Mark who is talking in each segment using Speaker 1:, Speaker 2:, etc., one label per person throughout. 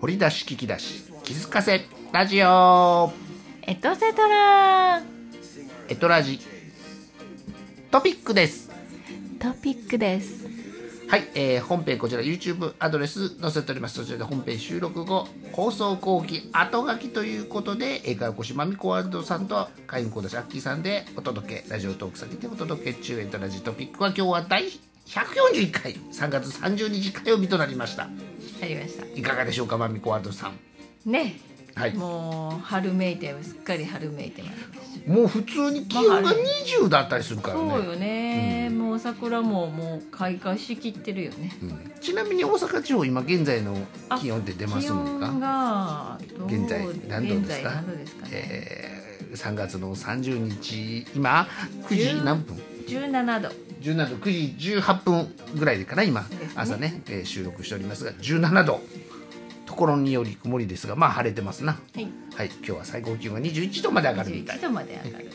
Speaker 1: 掘り出し聞き出し気づかせラジオ
Speaker 2: エトセトラ
Speaker 1: エトラジトピックです
Speaker 2: トピックです
Speaker 1: はい、えー本編こちら YouTube アドレス載せておりますそちらで本編収録後放送後期後書きということで英会話講師まみこワールドさんと会員講座師アッキーさんでお届けラジオトーク先でお届け中エトラジトピックは今日は第141回3月30日火曜日となりました
Speaker 2: ありました
Speaker 1: いかがでしょうかまみこワールドさん
Speaker 2: ね
Speaker 1: はい
Speaker 2: もう春めいてすっかり春めいてます
Speaker 1: もう普通に気温が20だったりするからね、
Speaker 2: そうよね、もう桜ももう開花しきってるよね
Speaker 1: うんちなみに大阪地方今現在の気温って出ます
Speaker 2: 気
Speaker 1: の
Speaker 2: 温
Speaker 1: か、
Speaker 2: がどう
Speaker 1: 現在何度ですか
Speaker 2: 現在何度ですかね、
Speaker 1: えー、3月の30日今9時何分
Speaker 2: 17度
Speaker 1: 17度9時18分ぐらいかな今
Speaker 2: すね
Speaker 1: 朝ね、えー収録しておりますが17度ところにより曇りですがまあ晴れてますな
Speaker 2: はい
Speaker 1: はい今日は最高気温が21度まで上がるみたい
Speaker 2: 21度まで上がるみ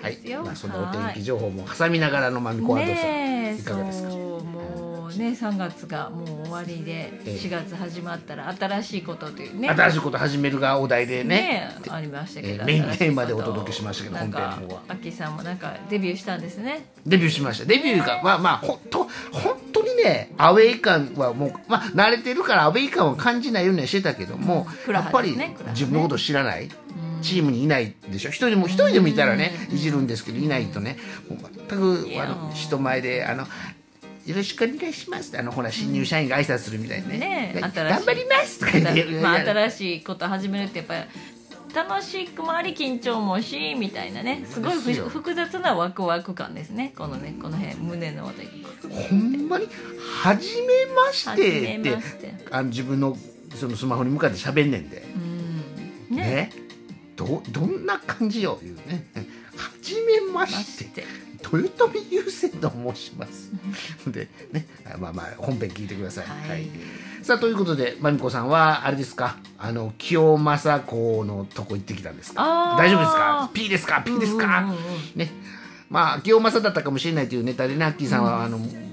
Speaker 2: た
Speaker 1: はいい
Speaker 2: ですよ、、
Speaker 1: まあ、そんなお
Speaker 2: は
Speaker 1: 天
Speaker 2: い
Speaker 1: 気情報も挟みながらのまみこワードさん、
Speaker 2: ねえ
Speaker 1: いかがですか
Speaker 2: そうもうね3月がもう終わりで
Speaker 1: ええ
Speaker 2: 4月始まったら新しいことというね
Speaker 1: 新しいこと始めるがお題でね
Speaker 2: えありましたけど、
Speaker 1: ええメイン
Speaker 2: 新しい
Speaker 1: テーマで
Speaker 2: こと
Speaker 1: お届けしましたけど
Speaker 2: なんか
Speaker 1: 本編の方は
Speaker 2: アッキーさんもなんかデビューしたんですね
Speaker 1: デビューしましたデビューがまあまあ本当本当にねアウェイ感はもうまあ慣れてるからアウェイ感を感じないようにはしてたけども、
Speaker 2: うん
Speaker 1: やっぱ
Speaker 2: クラハです
Speaker 1: り
Speaker 2: ねクラハね
Speaker 1: 自分のこと知らない、チームにいないでしょ一人でも一人でもいたらね、いじるんですけどいないとねもう全く
Speaker 2: いや
Speaker 1: あの人前であのよろしくお願いしますってあのほら新入社員が挨拶するみたいなね
Speaker 2: ねえ
Speaker 1: で
Speaker 2: 新しい
Speaker 1: 頑張りますとか言っていやい
Speaker 2: まあ、
Speaker 1: や
Speaker 2: 新しいこと始めるってやっぱり楽しくもあり緊張もしみたいなねすごいふ
Speaker 1: ですよ
Speaker 2: 複雑なワクワク感ですねこのねこの辺胸のあたり
Speaker 1: ほんまに「はじめまし
Speaker 2: 初
Speaker 1: て」
Speaker 2: め
Speaker 1: っ
Speaker 2: ま
Speaker 1: て
Speaker 2: して
Speaker 1: あの自分のそのスマホに向かって喋んねんで。
Speaker 2: うんね
Speaker 1: ねどどんな感じよいうね「はじめま
Speaker 2: ま
Speaker 1: し
Speaker 2: してて
Speaker 1: 豊臣優先と申します」でねあまあまあ本編聞いてください、
Speaker 2: はい
Speaker 1: さあということでまみこさんはあれですかあの清正公のとこ行ってきたんですか
Speaker 2: あー
Speaker 1: 大丈夫ですか P ですか P ですか、
Speaker 2: うんうんうん
Speaker 1: ねまあ清正だったかもしれないというネタでねアッキーさんはあの、
Speaker 2: うん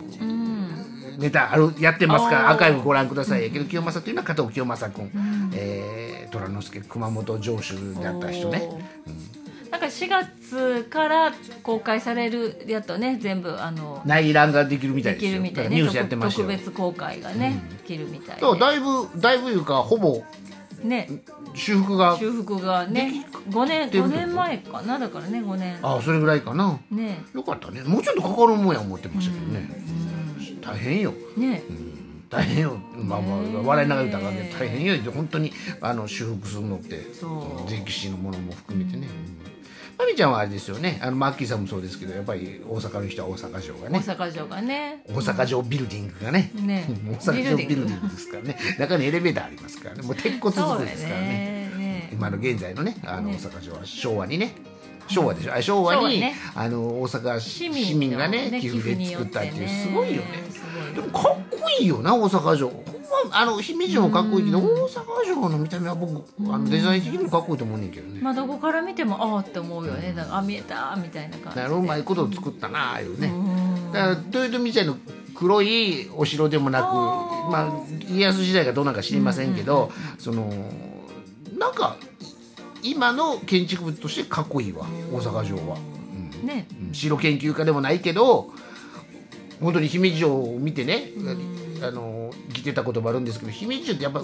Speaker 1: ネタあるやってますから
Speaker 2: あー
Speaker 1: アーカイブご覧ください、けど清正というのは加藤清正君、えー虎之助熊本城主であった人ね
Speaker 2: おーなんか4月から公開されるやとね全部あの
Speaker 1: 内覧ができるみたい
Speaker 2: で
Speaker 1: です
Speaker 2: き
Speaker 1: よ
Speaker 2: るみたい
Speaker 1: だ
Speaker 2: ね
Speaker 1: からニュースやってましたよ
Speaker 2: 特別公開がね、できるみたい
Speaker 1: そうだいぶだいぶいうかほぼ
Speaker 2: でね
Speaker 1: 修復が
Speaker 2: 修復がね5年
Speaker 1: てる
Speaker 2: 5
Speaker 1: ってこと
Speaker 2: 年前かなだからね5年
Speaker 1: あそれぐらいかな
Speaker 2: ね
Speaker 1: よかったねもうちょっとかかるもんや思ってましたけどね、大変よ
Speaker 2: ね
Speaker 1: 大変よ、まあまあ
Speaker 2: ねえ
Speaker 1: 笑いながら言ったらあかんけど大変よ本当にあの修復するのって
Speaker 2: そう
Speaker 1: の歴史のものも含めてね、うんまみちゃんはあれですよねあのマッキーさんもそうですけどやっぱり大阪の人は大阪城が
Speaker 2: 大
Speaker 1: ね
Speaker 2: 阪城がね
Speaker 1: 大阪城ビルディングがね
Speaker 2: ね
Speaker 1: 大阪城ビ
Speaker 2: ビルデ
Speaker 1: ルデ
Speaker 2: ィング
Speaker 1: ィングですからね中にエレベーターありますからねもう鉄骨
Speaker 2: そ
Speaker 1: 造
Speaker 2: う
Speaker 1: り
Speaker 2: だ
Speaker 1: で
Speaker 2: よ
Speaker 1: すからね
Speaker 2: ねね
Speaker 1: 今の現在のねあの大
Speaker 2: ね
Speaker 1: 阪城は昭和にね昭和でしょあ昭和
Speaker 2: 昭和
Speaker 1: に
Speaker 2: ね
Speaker 1: あの大阪市
Speaker 2: 市
Speaker 1: 民
Speaker 2: 民
Speaker 1: がね
Speaker 2: の
Speaker 1: 寄付で作ったっていうすごいよね
Speaker 2: すごい
Speaker 1: でもかっこいいよな大阪城ほんまあの姫路もかっこいいけど大阪城の見た目は僕あのデザイン的にもかっこいいと思うねんけどね
Speaker 2: まあどこから見てもああって思うよねなんかあ見えたみたいな感じで
Speaker 1: なるうまいことを作ったなああいうね
Speaker 2: うん
Speaker 1: だから豊臣時代の黒いお城でもなく
Speaker 2: あー
Speaker 1: まあ、家康時代がどうなんか知りませんけど、そのなんか今の建築物としてかっこいいわ大阪城は、
Speaker 2: ね
Speaker 1: うん城研究家でもないけど本当に姫路城を見てね、あの来てたこともあるんですけど姫路城ってやっぱ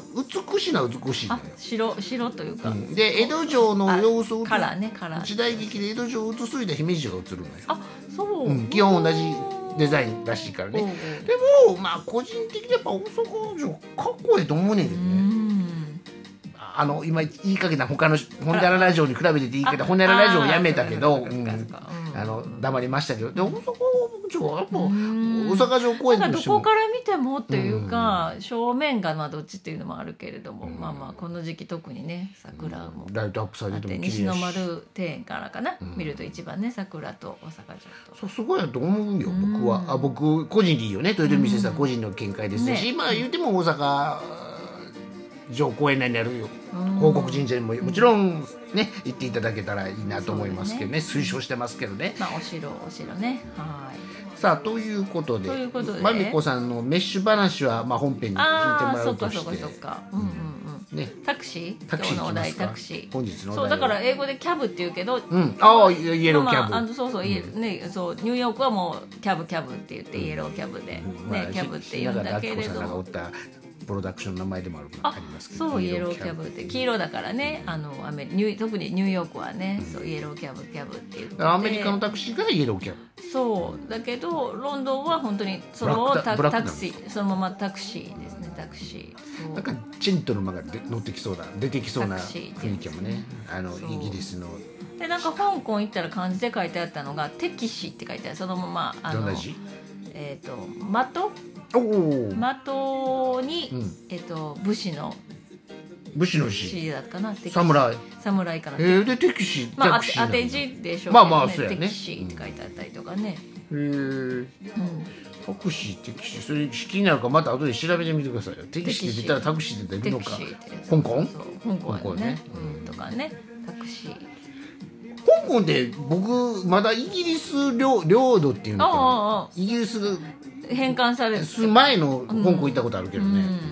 Speaker 1: 美しいのは美しいの
Speaker 2: あ
Speaker 1: よ。
Speaker 2: 白白というか、
Speaker 1: うんで江戸城の様子を映
Speaker 2: カラーねカラー
Speaker 1: す時代劇で江戸城を映すよりは姫路城が映るのよ。
Speaker 2: あそう、
Speaker 1: うん、基本同じデザインらしいからね
Speaker 2: おうお
Speaker 1: で
Speaker 2: う
Speaker 1: もまあ個人的にやっぱ大阪城かっこいいと思うねんけど
Speaker 2: う
Speaker 1: ね
Speaker 2: ん
Speaker 1: あの今言いかけた他のホニャララジオに比べてていいけど
Speaker 2: あ
Speaker 1: ホニャララジオやめたけど
Speaker 2: あー
Speaker 1: うん
Speaker 2: そっかそっかそっかうん
Speaker 1: あの黙りましたけどで大阪城はやっぱ大阪城公園
Speaker 2: なん
Speaker 1: と
Speaker 2: かど
Speaker 1: して
Speaker 2: こ
Speaker 1: も
Speaker 2: から見てもっていうか、正面がまあどっちっていうのもあるけれども、まあまあこの時期特にね桜も、
Speaker 1: ライトアップさ
Speaker 2: あ
Speaker 1: れ
Speaker 2: ってて
Speaker 1: も綺
Speaker 2: 西
Speaker 1: 麗や
Speaker 2: の
Speaker 1: し
Speaker 2: 丸庭園からかな、見ると一番ね桜と大阪城と
Speaker 1: そうすごいなと思うよ僕はあ僕個人でいいよね豊臣秀吉は個人の見解ですし、
Speaker 2: ね
Speaker 1: まあ言うても大阪城公園内にあるよ報告神社にももちろんね行っていただけたらいいなと思いますけどね推奨してますけどね。
Speaker 2: まあお城お城ねはい
Speaker 1: さあということで
Speaker 2: ということで
Speaker 1: まみこさんのメッシュ話は、まあ、本編に聞いても
Speaker 2: ああ
Speaker 1: ら
Speaker 2: そうっか
Speaker 1: と
Speaker 2: そ
Speaker 1: し
Speaker 2: っかそってかうんうんうん
Speaker 1: ね
Speaker 2: タクシー
Speaker 1: タクシー
Speaker 2: 今日のお
Speaker 1: 行きま
Speaker 2: 題
Speaker 1: すか
Speaker 2: タクシー
Speaker 1: 本日のお題
Speaker 2: そうだから英語でキャブって言うけど、
Speaker 1: うんああイエローキ
Speaker 2: まあまあ
Speaker 1: ャ
Speaker 2: あ
Speaker 1: ブ
Speaker 2: のそうそう、イエねそうニューヨークはもうキャブキャブって言って、イエローキャブで、
Speaker 1: うんま
Speaker 2: ね
Speaker 1: あ
Speaker 2: キャブって呼んだけれ
Speaker 1: 日向明子さ
Speaker 2: ど
Speaker 1: んらがお
Speaker 2: も
Speaker 1: ったプロダクションの名前でもある
Speaker 2: あ
Speaker 1: ありますけど
Speaker 2: そうイエローキャブって黄色だからねあのアメリニュー特にニューヨークはね、そうイエローキャブキャブって言って
Speaker 1: アメリカのタクシーがイエローキャブ
Speaker 2: そうだけどロンドンは本当にそのままタ
Speaker 1: ブラックだ
Speaker 2: タクシーそのままタクシーですねタクシーそう
Speaker 1: なんかジェントルマンがで乗ってきそうな出てきそうな
Speaker 2: タクシー
Speaker 1: 雰囲気もねあの
Speaker 2: そう
Speaker 1: イギリスの
Speaker 2: でなんか香港行ったら漢字で書いてあったのが「テキシ」って書いてあるそのままあ
Speaker 1: どん
Speaker 2: の
Speaker 1: な字
Speaker 2: えっ、と
Speaker 1: おお
Speaker 2: 的的に、
Speaker 1: うん
Speaker 2: えっ、と武士の
Speaker 1: 武士の字
Speaker 2: 士だったかな敵
Speaker 1: 侍
Speaker 2: 侍かな、
Speaker 1: えー、で敵士
Speaker 2: まあ
Speaker 1: タクシー
Speaker 2: 当
Speaker 1: なんだ
Speaker 2: て字でしょ
Speaker 1: まあまあ
Speaker 2: けど
Speaker 1: そうやね
Speaker 2: 敵士って書いてあったりとかね、
Speaker 1: えー
Speaker 2: うん
Speaker 1: タクシー敵士それ気になるからまた後で調べてみてくださいよ敵士って出たらタクシーって出
Speaker 2: テ
Speaker 1: るの
Speaker 2: キ
Speaker 1: か
Speaker 2: シーって
Speaker 1: 香港
Speaker 2: そう香港
Speaker 1: 香港
Speaker 2: ね
Speaker 1: ね
Speaker 2: うん、とかねタクシー
Speaker 1: 香港で僕まだイギリス領領土っていうのかな
Speaker 2: あああ
Speaker 1: イギリスが
Speaker 2: あ返還される
Speaker 1: 住む前の香港行ったことあるけどね、
Speaker 2: うん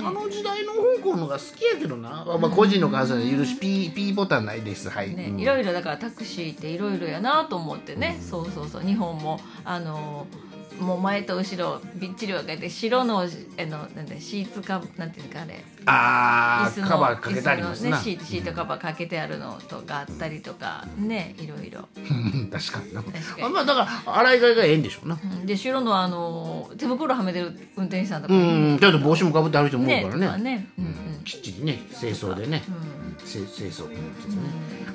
Speaker 1: あの時代の香港のが好きやけどな、まあ、個人の感想で許し P, P ボタンないですはい、
Speaker 2: ね
Speaker 1: うん
Speaker 2: いろいろだからタクシーっていろいろやなと思ってね、そうそうそう日本もあのーもう前と後ろびっちり分けて白のあのなんだシーツかなんていうかあれ
Speaker 1: あ
Speaker 2: 椅
Speaker 1: ー
Speaker 2: 子の
Speaker 1: カバーかけてあります
Speaker 2: 椅子の
Speaker 1: な、
Speaker 2: ね、シートシートカバーかけてあるのとかあったりとかねいろいろ、
Speaker 1: うん確かにな
Speaker 2: 確かに
Speaker 1: あまあだから洗い替えがええんでしょうな
Speaker 2: うんで白のあのー手袋はめてる運転手さんとか
Speaker 1: う
Speaker 2: も
Speaker 1: んちょっと帽子もかぶってある人も多い
Speaker 2: ね
Speaker 1: か
Speaker 2: と
Speaker 1: ら
Speaker 2: か
Speaker 1: ね
Speaker 2: ねうん
Speaker 1: きっちりね清掃でね、
Speaker 2: うんうん
Speaker 1: せ清掃、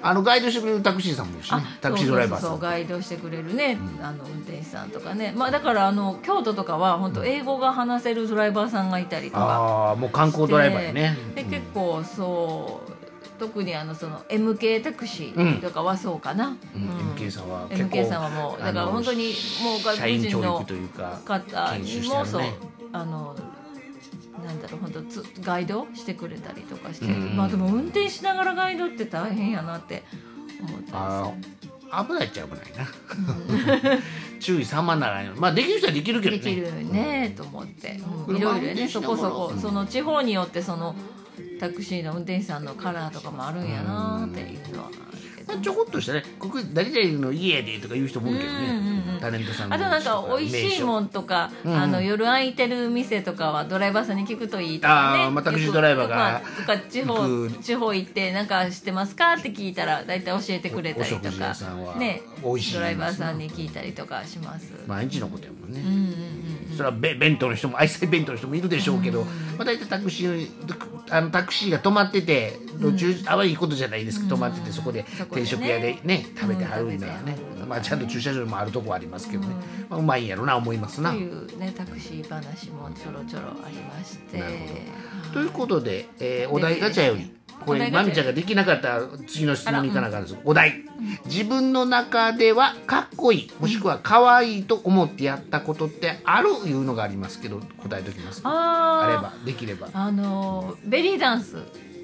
Speaker 1: あのガイドしてくれるタクシーさんもいるし、ね、タクシードライバーさん
Speaker 2: そうそうそうガイドしてくれるね、あの運転手さんとかねまあだからあの京都とかは本当英語が話せるドライバーさんがいたりとか
Speaker 1: ああもう観光ドライバーやね
Speaker 2: で結構そう特にあのその MK タクシーとかはそうかな、
Speaker 1: うん MK さんは結構
Speaker 2: MK さんはもうだから本当にもう外
Speaker 1: 社
Speaker 2: 国
Speaker 1: 員
Speaker 2: 人
Speaker 1: 教育
Speaker 2: の
Speaker 1: というか
Speaker 2: 方
Speaker 1: 研
Speaker 2: に
Speaker 1: 修して
Speaker 2: も
Speaker 1: る
Speaker 2: そう、
Speaker 1: ね
Speaker 2: あのなんだろう本当つガイドしてくれたりとかして、
Speaker 1: うん
Speaker 2: まあでも運転しながらガイドって大変やなって思った
Speaker 1: あ
Speaker 2: りする
Speaker 1: ー危ないっちゃ危ないな 注意さまならんようにまあできる人はできるけど
Speaker 2: で
Speaker 1: ね
Speaker 2: きるねと思って、うん
Speaker 1: 車運
Speaker 2: いろいろ
Speaker 1: 転
Speaker 2: ね
Speaker 1: し
Speaker 2: そ
Speaker 1: な
Speaker 2: こ
Speaker 1: がら
Speaker 2: そこ
Speaker 1: うん
Speaker 2: その地方によってそのタクシーの運転手さんのカラーとかもあるんやなっていうのはあるけど
Speaker 1: まあ、ちょこっとしたねここ誰々の家でとか言う人もいるけどね、
Speaker 2: うんうんうん
Speaker 1: タレントさんの
Speaker 2: あとなんか美味しい
Speaker 1: ん
Speaker 2: もんとか、
Speaker 1: ん
Speaker 2: あの夜空いてる店とかはドライバーさんに聞くといいとかね
Speaker 1: あーまあタクシー
Speaker 2: よく
Speaker 1: ドライバーが
Speaker 2: よくまあとか地方
Speaker 1: 行く
Speaker 2: 地方行ってなんか知ってますかって聞いたら大体教えてくれたり
Speaker 1: おお
Speaker 2: と
Speaker 1: 食事屋
Speaker 2: か
Speaker 1: さんは
Speaker 2: ね
Speaker 1: 美味しいも
Speaker 2: ド
Speaker 1: んです
Speaker 2: ラ
Speaker 1: ね
Speaker 2: イバーさんに聞いたりとかします、
Speaker 1: 毎日のことやもんね、
Speaker 2: うんうんうん
Speaker 1: それはべ弁当の人も愛妻弁当の人もいるでしょうけど、まあ、大体タクシーあのタクシーが止まってて途中、あまりいいことじゃないですけど止まっててそこで
Speaker 2: そこでね
Speaker 1: 定食屋でね食べてはるんだらね、まあ、ちゃんと駐車場もあるとこはありますけどね、まあ、うまいんやろな思いますな。
Speaker 2: というねタクシー話もちょろちょろありまして
Speaker 1: なるほど
Speaker 2: はい
Speaker 1: ということで、えーお題ガチャよりこ
Speaker 2: お
Speaker 1: れ
Speaker 2: 題ガチ
Speaker 1: ま
Speaker 2: ャ
Speaker 1: みちゃんができなかったら次の質問に行かなかったです、お題自分の中ではかっこいいもしくは可愛いと思ってやったことってあるいうのがありますけど答えときますあれ
Speaker 2: あ
Speaker 1: ばできれば
Speaker 2: ーあのーベリーダンス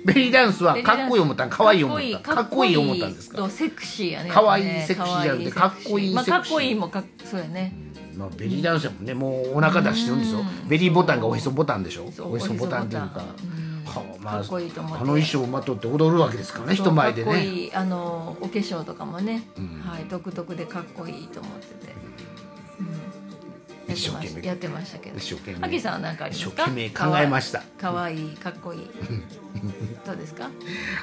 Speaker 1: ベリーダンスはかっこいい思ったん可愛い思っ
Speaker 2: かっこいい
Speaker 1: たかっこいい思ったんですか
Speaker 2: とセクシーやね
Speaker 1: かわいい
Speaker 2: やっぱね
Speaker 1: セクシーじゃなくて
Speaker 2: かわいい
Speaker 1: かっこいい
Speaker 2: まあ
Speaker 1: セク
Speaker 2: か
Speaker 1: シー
Speaker 2: っこいいもかっそうやね
Speaker 1: まあ、ベリーダンスやもんねもうお腹出してるんですよ
Speaker 2: うん
Speaker 1: ベリーボタンがおへそボタンでしょ
Speaker 2: そう
Speaker 1: おへそボタンというか
Speaker 2: おへそボタンうん
Speaker 1: はあまあ
Speaker 2: かっこいいと思って
Speaker 1: あの衣装をまとって踊るわけですからね人前で
Speaker 2: かっこ
Speaker 1: ね
Speaker 2: いいあのーお化粧とかもねはい独特でかっこいいと思っててうんやっ
Speaker 1: 一生
Speaker 2: てま
Speaker 1: 懸
Speaker 2: し
Speaker 1: 命
Speaker 2: やってましたけど
Speaker 1: 一生懸命
Speaker 2: あきさんは何かあり
Speaker 1: 一
Speaker 2: ます
Speaker 1: 生
Speaker 2: か
Speaker 1: 懸命考えました
Speaker 2: かわいいかっこいいどうですか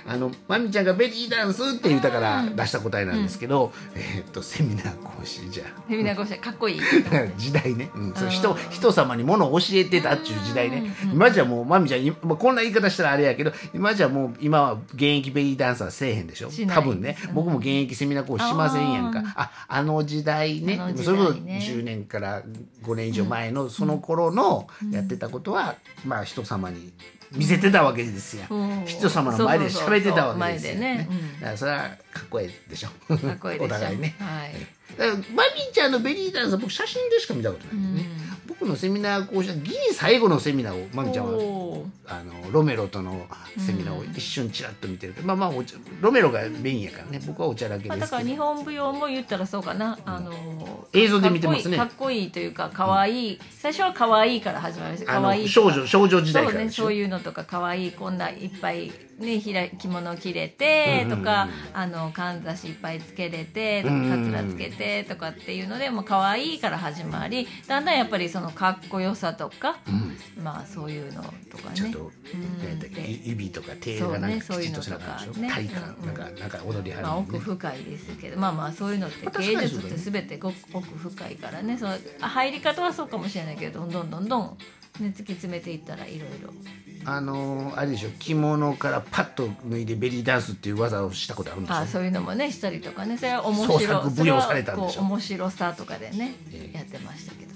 Speaker 1: あのまみちゃんが「ベリーダンス」って言ったから出した答えなんですけど、えーっとセミナー講師じゃ
Speaker 2: セミナー講師かっこいい
Speaker 1: 時代ね、うん、そううん人人様に物を教えてたっていう時代ね今じゃもうまみちゃん今まあこんな言い方したらあれやけど今じゃもう今は現役ベリーダンサーせえへんでしょ
Speaker 2: しない
Speaker 1: 多分ね僕も現役セミナー講師しませんやんかああの時代ね
Speaker 2: あの時
Speaker 1: そ
Speaker 2: 代ね
Speaker 1: れこそ10年から5年以上前のその頃のやってたことは、まあ人様に見せてたわけですよ、
Speaker 2: うん
Speaker 1: 人様の前で喋ってたわけですよ、
Speaker 2: そうそうそう前でねうん
Speaker 1: だからそれはかっこいいでしょ
Speaker 2: かっこいいでし ょ
Speaker 1: お互いね
Speaker 2: はい
Speaker 1: だからマミちゃんのベリーダンスは僕写真でしか見たことない、ね僕後のセミナー講師ギリ最後のセミナーをまみちゃんは
Speaker 2: おー
Speaker 1: あのロメロとのセミナーを一瞬ちらっと見てるけど、まあまあお茶ロメロがメインやからね僕はおちゃらけ
Speaker 2: まあ、
Speaker 1: で
Speaker 2: だ
Speaker 1: す
Speaker 2: から
Speaker 1: け
Speaker 2: 日
Speaker 1: ど
Speaker 2: 本舞踊も言ったらそうかな、あの
Speaker 1: 映像で見てますね
Speaker 2: かっこいいかっこいいというか可愛い最初は可愛いから始まるし
Speaker 1: あ
Speaker 2: 可愛
Speaker 1: の
Speaker 2: い
Speaker 1: 少女少女時代
Speaker 2: そう
Speaker 1: から
Speaker 2: ね
Speaker 1: でしょ
Speaker 2: そういうのとか可愛いこんないっぱいねひら着物着れてとか、
Speaker 1: うんうん
Speaker 2: あのかんざしいっぱいつけれてとか
Speaker 1: うんうん
Speaker 2: か
Speaker 1: うん
Speaker 2: つらつけてとかっていうのでもう可愛いから始まりだんだんやっぱりそのかっこよさとか、
Speaker 1: うん
Speaker 2: まあそういうのとかね
Speaker 1: ちゃんと、
Speaker 2: うん
Speaker 1: なんだっけ
Speaker 2: で
Speaker 1: 指とか手がなんか
Speaker 2: そうねそう
Speaker 1: きち
Speaker 2: いうんの
Speaker 1: とし
Speaker 2: と
Speaker 1: な
Speaker 2: か
Speaker 1: かったでしょ、
Speaker 2: ね
Speaker 1: 体幹
Speaker 2: うんうん
Speaker 1: なんかなんか踊りはる、
Speaker 2: まあ、奥深いですけどまあまあそういうのって
Speaker 1: まあ確
Speaker 2: 芸
Speaker 1: かにそう
Speaker 2: 術っ
Speaker 1: だね
Speaker 2: て全てごく奥深いからねその入り方はそうかもしれないけどどんどんどんどん、ね、突き詰めていったらいろいろ
Speaker 1: あのーあれでしょ着物からパッと脱いでベリーダンスっていう技をしたことあるんでしょ
Speaker 2: あそういうのもねしたりとかねそれは面
Speaker 1: 創
Speaker 2: 白
Speaker 1: 作
Speaker 2: そ
Speaker 1: 舞
Speaker 2: れ
Speaker 1: 踊
Speaker 2: は
Speaker 1: されたんでしょ
Speaker 2: こう面白さとかでね、
Speaker 1: ええ
Speaker 2: やってましたけど、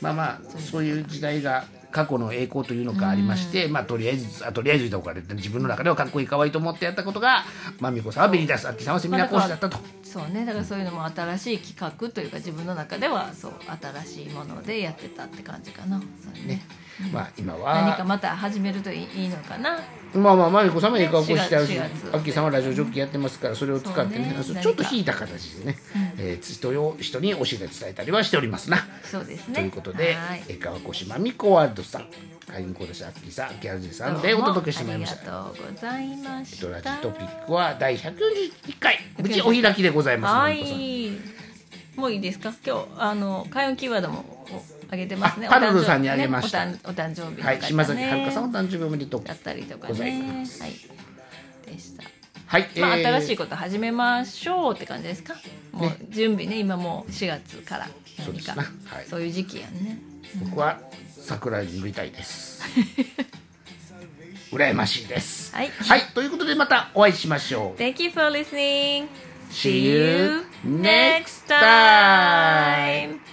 Speaker 1: まあまあそういう時代が過去の栄光というのかありまして、まあとりあえずあとりあえず言った方がいい自分の中ではかっこいい可愛いと思ってやったことがまあ美子さんはベリーダンスあっきさんはセミナー講師だったと、
Speaker 2: うんそうねだからそういうのも新しい企画というか自分の中ではそう新しいものでやってたって感じかなそうね
Speaker 1: ねまあ今
Speaker 2: 何か
Speaker 1: は
Speaker 2: また始めるといいいいのかな
Speaker 1: まあまあまあ美子さんも栄光を起こしてあるし
Speaker 2: 4月
Speaker 1: あっきさんはラジオジョッキーやってますからそれを使ってね
Speaker 2: そうね
Speaker 1: ちょっと引いた形でね、えー人を人に教えて伝えたりはしておりますな。
Speaker 2: そうですね
Speaker 1: ということで
Speaker 2: はい、
Speaker 1: えー川越まみこワールドさん、会員講師アッキーさん、ギャルジーさんでお届けしてまいりました。
Speaker 2: どうもありがとうございまし
Speaker 1: ドラジ
Speaker 2: た
Speaker 1: トピックは第141回、無事お開きでございます。
Speaker 2: は
Speaker 1: まみこさん
Speaker 2: いもういいですか今日あの開運キーワードもあげてますね
Speaker 1: あパルル
Speaker 2: お誕生
Speaker 1: さんにあげました
Speaker 2: ねお誕お誕生日の方ね
Speaker 1: はい、島崎遥香さんお誕生日おめでとう。
Speaker 2: だったりとか
Speaker 1: ござい
Speaker 2: ね
Speaker 1: ます
Speaker 2: はいでした
Speaker 1: はい、
Speaker 2: まあ、
Speaker 1: えー
Speaker 2: 新しいこと始めましょうって感じですかもう
Speaker 1: ね
Speaker 2: 準備ね今もう4月から
Speaker 1: そう
Speaker 2: 何
Speaker 1: です
Speaker 2: か
Speaker 1: なはい
Speaker 2: そういう時期やんね
Speaker 1: 僕は桜に塗りたい です。羨ましいです。
Speaker 2: はい
Speaker 1: はい、ということでまたお会いしましょう。
Speaker 2: Thank you for listening
Speaker 1: See you
Speaker 2: next
Speaker 1: next time.
Speaker 2: time